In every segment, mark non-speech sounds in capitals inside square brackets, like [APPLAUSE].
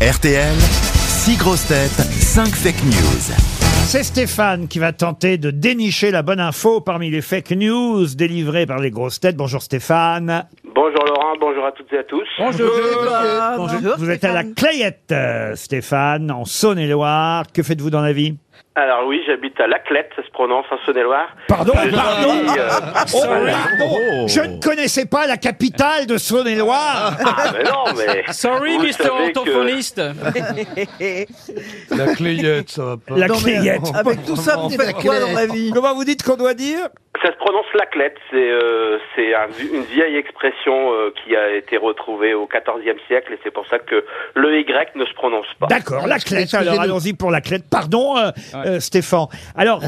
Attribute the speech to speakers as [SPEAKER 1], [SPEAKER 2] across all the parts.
[SPEAKER 1] RTL, 6 grosses têtes, 5 fake news.
[SPEAKER 2] Ah,
[SPEAKER 3] C'est Stéphane qui va tenter de dénicher la bonne info parmi les fake news délivrées par les grosses têtes. Bonjour Stéphane.
[SPEAKER 4] Bonjour Laurent, bonjour à toutes et à tous.
[SPEAKER 3] Bonjour. Vous êtes à la Clayette, euh, Stéphane, en Saône-et-Loire. Que faites-vous dans la vie
[SPEAKER 4] Alors oui, j'habite à Laclette, ça se prononce en Saône-et-Loire.
[SPEAKER 3] Pardon,
[SPEAKER 4] Je suis,
[SPEAKER 3] Oh, pardon. Oh,
[SPEAKER 4] euh,
[SPEAKER 3] Sorry.
[SPEAKER 4] Oh.
[SPEAKER 3] Je ne connaissais pas la capitale de Saône-et-Loire.
[SPEAKER 4] ah, mais non, mais...
[SPEAKER 2] Sorry,
[SPEAKER 4] Vous
[SPEAKER 2] Mr.
[SPEAKER 4] savez que-
[SPEAKER 2] Orthophoniste.
[SPEAKER 5] La clayette, ça va pas.
[SPEAKER 3] La Clayette.
[SPEAKER 6] Avec tout ça, vous faites quoi dans la vie
[SPEAKER 3] Comment vous dites qu'on doit dire
[SPEAKER 4] Ça se prononce Laclette, c'est euh, c'est un- une vieille expression euh, qui a été retrouvée au XIVe siècle et c'est pour ça que le Y ne se prononce pas.
[SPEAKER 3] D'accord, la clette. Alors
[SPEAKER 6] Excusez-nous.
[SPEAKER 3] allons-y pour la clette. Pardon, euh, euh, Stéphane.
[SPEAKER 4] [LAUGHS]
[SPEAKER 3] Alors,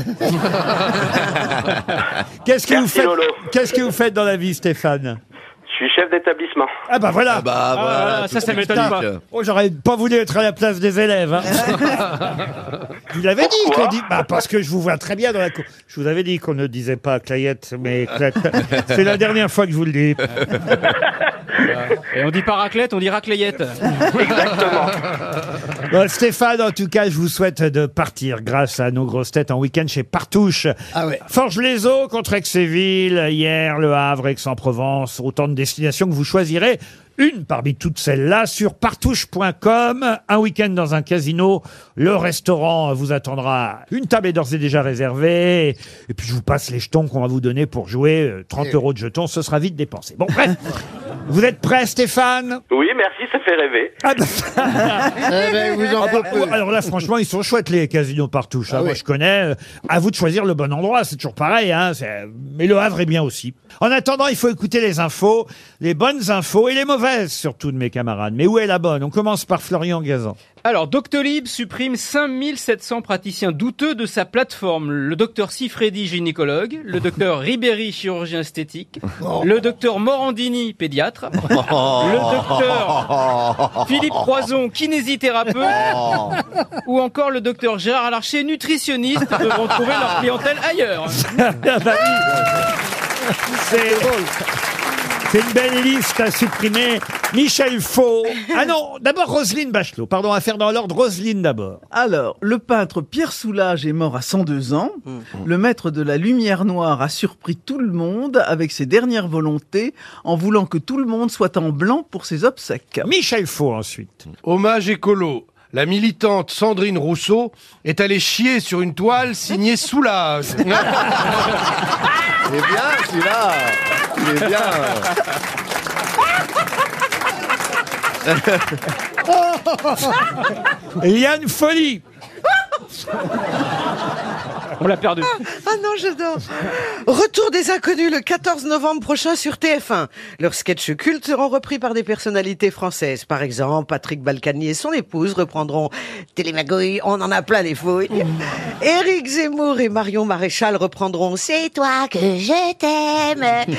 [SPEAKER 3] qu'est-ce que vous
[SPEAKER 4] Merci,
[SPEAKER 3] faites
[SPEAKER 4] Lolo.
[SPEAKER 3] Qu'est-ce que vous faites dans la vie, Stéphane
[SPEAKER 4] Je suis chef d'établissement.
[SPEAKER 3] Ah bah voilà.
[SPEAKER 5] Bah
[SPEAKER 2] Ah, ça, ça m'étonne pas.
[SPEAKER 3] Oh, j'aurais pas voulu être à la place des élèves. hein. vous l'avez dit,
[SPEAKER 4] Pourquoi
[SPEAKER 3] qu'on dit- bah, parce que je vous vois très bien dans la cour. Je vous avais dit qu'on ne disait pas Clayette, mais Clette. C'est la dernière fois que je vous le dis.
[SPEAKER 2] Et on dit pas raclette, on dit raclayette.
[SPEAKER 3] Bon, Stéphane, en tout cas, je vous souhaite de partir grâce à nos grosses têtes en week-end chez Partouche.
[SPEAKER 6] Ah ouais.
[SPEAKER 3] Forge-les-Eaux contre Aix-et-Ville, hier, Le Havre, Aix-en-Provence, autant de destinations que vous choisirez. Une parmi toutes celles-là sur partouche.com. Un week-end dans un casino. Le restaurant vous attendra. Une table est d'ores et déjà réservée. Et puis je vous passe les jetons qu'on va vous donner pour jouer. Euh, 30 euros de jetons, ce sera vite dépensé. Bon,
[SPEAKER 6] [LAUGHS]
[SPEAKER 3] bref. vous êtes prêts, Stéphane
[SPEAKER 4] Oui, merci, ça fait rêver.
[SPEAKER 3] ah bah- Ah bah, Alors là, franchement, ils sont chouettes les casinos partout. ça. Moi, je connais. Euh, À vous de choisir le bon endroit. C'est toujours pareil. Hein. C'est- Mais le Havre est bien aussi. En attendant, il faut écouter les infos, les bonnes infos et les mauvaises surtout de mes camarades. Mais où est la bonne On commence par Florian Gazan.
[SPEAKER 2] Alors, Doctolib supprime 5700 praticiens douteux de sa plateforme. Le docteur Sifredi, gynécologue. Le docteur Ribéry, chirurgien esthétique. Le docteur Morandini, pédiatre. Le docteur Philippe Croison, kinésithérapeute.
[SPEAKER 4] Oh.
[SPEAKER 2] Ou encore le docteur Gérard Larcher, nutritionniste, devront trouver leur clientèle ailleurs.
[SPEAKER 3] Ah [LAUGHS] C'est C'est une belle liste à supprimer. Michel Faux. Ah non, d'abord Roselyne Bachelot. Pardon, à faire dans l'ordre. Roselyne d'abord.
[SPEAKER 6] Alors, le peintre Pierre Soulages est mort à 102 ans. Le maître de la lumière noire a surpris tout le monde avec ses dernières volontés en voulant que tout le monde soit en blanc pour ses obsèques.
[SPEAKER 3] Michel Faux ensuite.
[SPEAKER 5] Hommage écolo. La militante Sandrine Rousseau est allée chier sur une toile signée Soulage.
[SPEAKER 7] Il est bien celui-là Il est bien
[SPEAKER 3] Liane Folie.
[SPEAKER 2] On l'a perdu.
[SPEAKER 8] Ah non, j'adore. Retour des inconnus le 14 novembre prochain sur TF1. Leurs sketchs cultes seront repris par des personnalités françaises. Par exemple, Patrick Balkany et son épouse reprendront Télémagoï, on en a plein les fouilles. Éric Zemmour et Marion Maréchal reprendront C'est toi que je t'aime.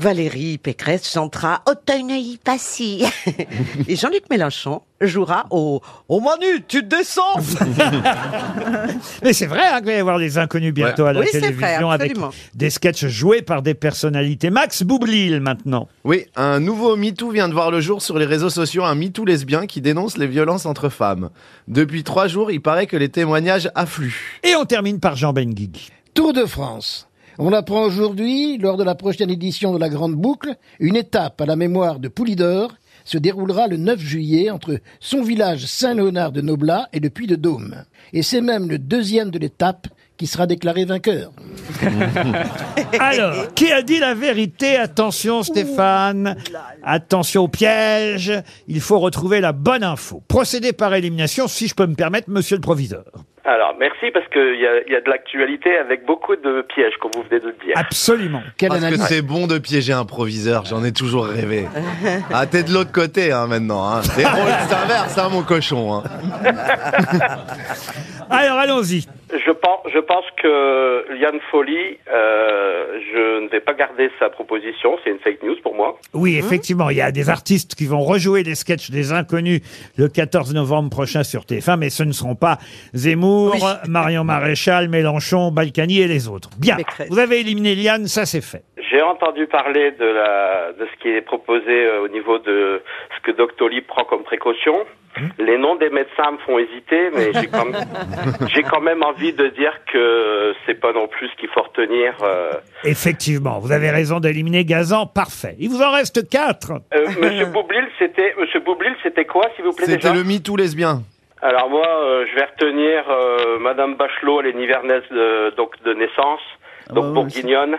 [SPEAKER 8] Valérie Pécresse chantera Auteuil Passy. et Jean-Luc Mélenchon jouera au Oh Manu, tu descends
[SPEAKER 3] Mais c'est vrai hein, qu'il va y avoir des inconnus bientôt à la
[SPEAKER 8] Oui, c'est vrai,
[SPEAKER 3] télévision avec
[SPEAKER 8] absolument.
[SPEAKER 3] des sketchs joués par des personnalités. Max Boublil maintenant.
[SPEAKER 7] [LAUGHS] Oui, un nouveau MeToo vient de voir le jour sur les réseaux sociaux, un MeToo lesbien qui dénonce les violences entre femmes. Depuis trois jours, il paraît que les témoignages affluent.
[SPEAKER 3] Et on termine par Jean
[SPEAKER 8] [LAUGHS]
[SPEAKER 3] Benguigui.
[SPEAKER 9] Tour de France. On apprend aujourd'hui, lors de la prochaine édition de la Grande Boucle, une étape à la mémoire de Poulidor se déroulera le 9 juillet entre son village Saint-Léonard de Noblat et le Puy de Dôme. Et c'est même le deuxième de l'étape qui sera déclaré vainqueur.
[SPEAKER 3] Alors, qui a dit la vérité Attention Stéphane, attention au piège, il faut retrouver la bonne info. Procédez par élimination, si je peux me permettre, monsieur le proviseur.
[SPEAKER 4] Alors, merci parce qu'il y a, il y a de l'actualité avec beaucoup de pièges, comme vous venez de le dire.
[SPEAKER 3] Absolument.
[SPEAKER 9] Quelle
[SPEAKER 7] Parce que
[SPEAKER 9] analyse
[SPEAKER 7] c'est bon de piéger un proviseur, j'en ai toujours rêvé. Ah, t'es de l'autre côté hein, maintenant. Hein. Les rôles s'inversent, hein, mon cochon. Hein.
[SPEAKER 3] Alors allons-y.
[SPEAKER 4] Je pense, je pense que Liane Folly, euh, je ne vais pas garder sa proposition, c'est une fake news pour moi.
[SPEAKER 3] Oui, effectivement, il y a des artistes qui vont rejouer les sketchs des inconnus le 14 novembre prochain sur TF1, mais ce ne seront pas Zemmour, Marion Maréchal, Mélenchon, Balkany et les autres. Bien,
[SPEAKER 8] Pécresse.
[SPEAKER 3] vous avez éliminé Liane, ça c'est fait.
[SPEAKER 4] J'ai j'ai entendu parler de la de ce qui est proposé euh, au niveau de ce que Doctolib prend comme précaution.
[SPEAKER 7] Hmm?
[SPEAKER 4] Les noms des médecins me font hésiter, mais j'ai quand,
[SPEAKER 7] [LAUGHS]
[SPEAKER 4] même- j'ai quand même envie de dire que c'est pas non plus ce qu'il faut retenir. euh.
[SPEAKER 3] Effectivement, vous avez raison d'éliminer Gazan, parfait. Il vous en reste quatre.
[SPEAKER 7] [LAUGHS]
[SPEAKER 4] Euh, Monsieur Boublil, c'était Monsieur Boublil, c'était quoi, s'il vous plaît
[SPEAKER 7] C'était
[SPEAKER 4] déjà
[SPEAKER 7] le MeToo lesbien.
[SPEAKER 4] Alors moi, euh, je vais retenir euh, Madame Bachelot, elle est nivernaise de, donc de naissance, donc
[SPEAKER 6] ouais,
[SPEAKER 4] bourguignonne.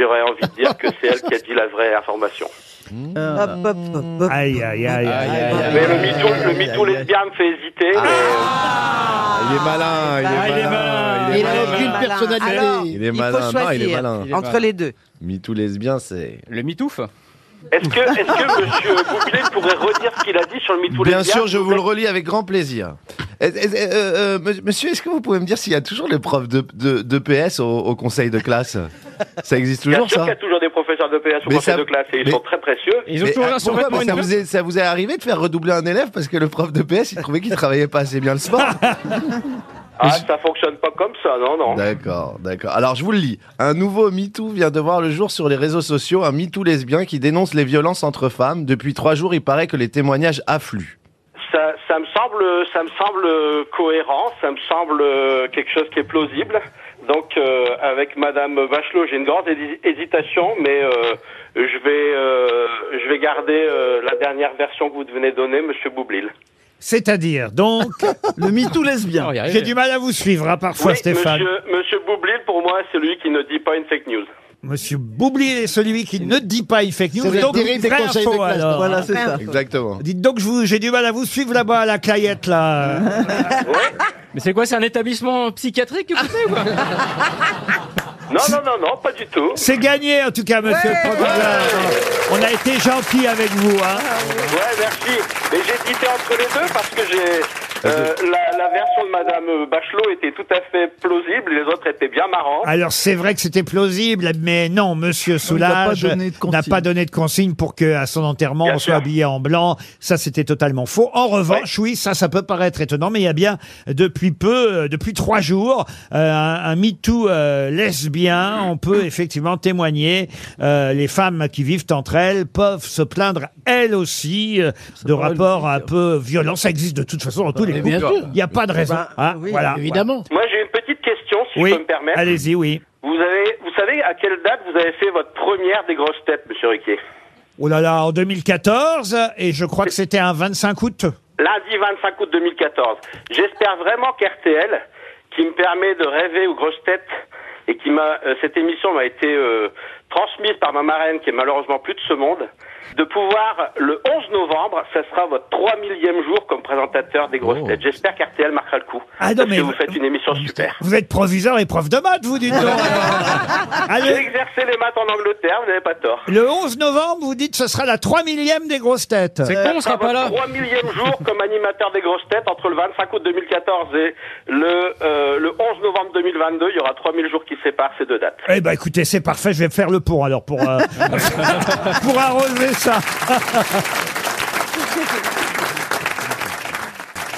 [SPEAKER 4] J'aurais envie de dire que c'est elle qui a dit la vraie information.
[SPEAKER 6] Ah.
[SPEAKER 8] Hop, hop, hop, hop.
[SPEAKER 3] Aïe, aïe, aïe, aïe.
[SPEAKER 4] [LAUGHS] Mais le MeToo, le MeToo lesbien me fait hésiter. mais-
[SPEAKER 7] il est malin, il est
[SPEAKER 3] Ah, il est malin.
[SPEAKER 7] malin.
[SPEAKER 9] Il
[SPEAKER 8] malin.
[SPEAKER 9] n'a aucune
[SPEAKER 8] Malin.
[SPEAKER 9] personnalité.
[SPEAKER 8] Alors,
[SPEAKER 7] Il
[SPEAKER 8] Il
[SPEAKER 7] est
[SPEAKER 8] faut
[SPEAKER 7] malin, non, il est
[SPEAKER 8] choisir.
[SPEAKER 7] malin.
[SPEAKER 8] Entre les deux.
[SPEAKER 7] MeToo lesbien, c'est.
[SPEAKER 2] Le mitouf
[SPEAKER 4] euh, Est-ce que, est-ce que Monsieur Boublil pourrait redire ce qu'il a dit sur le MeToo lesbien
[SPEAKER 7] Bien sûr, je vous le relis avec grand plaisir. Est- est- est- euh, euh, me- monsieur, est-ce que vous pouvez me dire s'il y a toujours les profs de, de, de PS au, au conseil de classe Ça existe
[SPEAKER 4] Bien
[SPEAKER 7] toujours,
[SPEAKER 4] sûr
[SPEAKER 7] ça
[SPEAKER 4] qu'il y a toujours des professeurs de PS au
[SPEAKER 7] Mais
[SPEAKER 4] conseil
[SPEAKER 7] ça-
[SPEAKER 4] de classe et ils
[SPEAKER 7] mais-
[SPEAKER 4] sont très précieux.
[SPEAKER 2] Ils ont
[SPEAKER 7] Mais,
[SPEAKER 2] toujours
[SPEAKER 7] euh,
[SPEAKER 2] leur
[SPEAKER 7] pourquoi
[SPEAKER 2] survêtement
[SPEAKER 7] Mais ça, vous est, ça vous est arrivé de faire redoubler un élève parce que le prof de PS, il trouvait qu'il travaillait pas assez bien le sport
[SPEAKER 4] Ah, ça fonctionne pas comme ça, non, [LAUGHS] non.
[SPEAKER 7] D'accord, d'accord. Alors je vous le lis. Un nouveau MeToo vient de voir le jour sur les réseaux sociaux, un MeToo lesbien qui dénonce les violences entre femmes. Depuis trois jours, il paraît que les témoignages affluent.
[SPEAKER 4] Ça, ça me semble, ça me semble euh, cohérent, ça me semble euh, quelque chose qui est plausible. Donc euh, avec Madame Bachelot, j'ai une grande hési- hésitation, mais euh, je vais, euh, je vais garder euh, la dernière version que vous venez de donner, Monsieur Boublil.
[SPEAKER 9] [LAUGHS]
[SPEAKER 3] C'est-à-dire, donc, Oh,
[SPEAKER 6] Le MeToo lesbien.
[SPEAKER 9] Oh,
[SPEAKER 3] j'ai du mal à vous suivre hein, parfois,
[SPEAKER 4] Oui,
[SPEAKER 3] Stéphane.
[SPEAKER 4] Monsieur, Monsieur Boublil, pour moi, c'est lui qui ne dit pas une fake news.
[SPEAKER 3] Monsieur Boublier est celui qui ne dit pas il fake news.
[SPEAKER 9] C'est la
[SPEAKER 3] Donc,
[SPEAKER 9] dérive des
[SPEAKER 3] vraie
[SPEAKER 9] conseils de
[SPEAKER 3] info,
[SPEAKER 9] classe,
[SPEAKER 3] alors.
[SPEAKER 6] Voilà, c'est ça.
[SPEAKER 7] Exactement.
[SPEAKER 3] Dites donc, je vous- j'ai du mal à vous suivre là-bas à la Clayette, là.
[SPEAKER 2] Mais c'est quoi, c'est un établissement psychiatrique que vous
[SPEAKER 9] Ah,
[SPEAKER 2] faites ou quoi
[SPEAKER 4] Non, non, non, non, pas du tout.
[SPEAKER 3] C'est gagné, en tout cas, monsieur le procureur. On a été gentil avec vous, hein.
[SPEAKER 4] Ouais, merci. Mais j'hésitais entre les deux parce que j'ai euh, la, la version de Madame Bachelot était tout à fait plausible, les autres étaient bien marrants.
[SPEAKER 3] Alors c'est vrai que c'était plausible, mais non, Monsieur
[SPEAKER 6] pas
[SPEAKER 3] Soulage
[SPEAKER 6] donné de
[SPEAKER 3] n'a
[SPEAKER 6] consigne.
[SPEAKER 3] pas donné de consigne pour que à son enterrement
[SPEAKER 4] Bien
[SPEAKER 3] on soit
[SPEAKER 4] sûr.
[SPEAKER 3] habillé en blanc. Ça c'était totalement faux. En revanche, oui, ça ça peut paraître étonnant, mais il y a bien depuis peu, euh, depuis trois jours, euh, un, un MeToo euh, lesbien. On peut effectivement témoigner. Euh, les femmes qui vivent entre elles peuvent se plaindre elles aussi euh, de
[SPEAKER 6] paraît
[SPEAKER 3] rapports un
[SPEAKER 6] logique.
[SPEAKER 3] peu violents. Ça existe de toute façon dans tous les
[SPEAKER 9] Mais bien
[SPEAKER 3] couples.
[SPEAKER 9] sûr.
[SPEAKER 3] Il n'y a pas de raison.
[SPEAKER 8] Ben,
[SPEAKER 3] hein,
[SPEAKER 8] oui,
[SPEAKER 3] voilà.
[SPEAKER 9] Évidemment.
[SPEAKER 4] Moi, j'ai une petite question, si
[SPEAKER 3] Oui.
[SPEAKER 4] je peux me permettre.
[SPEAKER 3] Allez-y, oui.
[SPEAKER 4] Vous avez, vous savez à quelle date vous avez fait votre première des grosses têtes, Monsieur Riquier
[SPEAKER 3] Oh là là, en 2014, et je crois que c'était un 25 août.
[SPEAKER 4] Lundi 25 août 2014. J'espère vraiment qu'RTL, qui me permet de rêver aux grosses têtes et qui m'a, euh, cette émission m'a été euh, transmise par ma marraine, qui est malheureusement plus de ce monde, de pouvoir le 11 novembre, ça sera votre 3000e jour comme présentateur des grosses têtes. J'espère qu'RTL marquera le coup.
[SPEAKER 3] Ah non,
[SPEAKER 4] parce
[SPEAKER 3] mais-
[SPEAKER 4] que vous faites une émission Oh, super.
[SPEAKER 3] Vous êtes proviseur et prof de maths, vous dites donc.
[SPEAKER 4] J'ai
[SPEAKER 3] Allez,
[SPEAKER 4] exercé les maths en Angleterre, vous n'avez pas tort.
[SPEAKER 3] le 11 novembre, vous dites ce sera la 3 millième des grosses têtes.
[SPEAKER 2] C'est con, on
[SPEAKER 4] Ah,
[SPEAKER 2] sera
[SPEAKER 4] bah,
[SPEAKER 2] pas là.
[SPEAKER 4] 3 millième jour comme animateur des grosses têtes entre le 25 août 2014 et le, euh, le 11 novembre 2022. Il y aura 3000 jours qui séparent ces deux dates.
[SPEAKER 3] Eh ben [LAUGHS] écoutez, c'est parfait, je vais faire le pont alors pour, euh, pour arroser ça.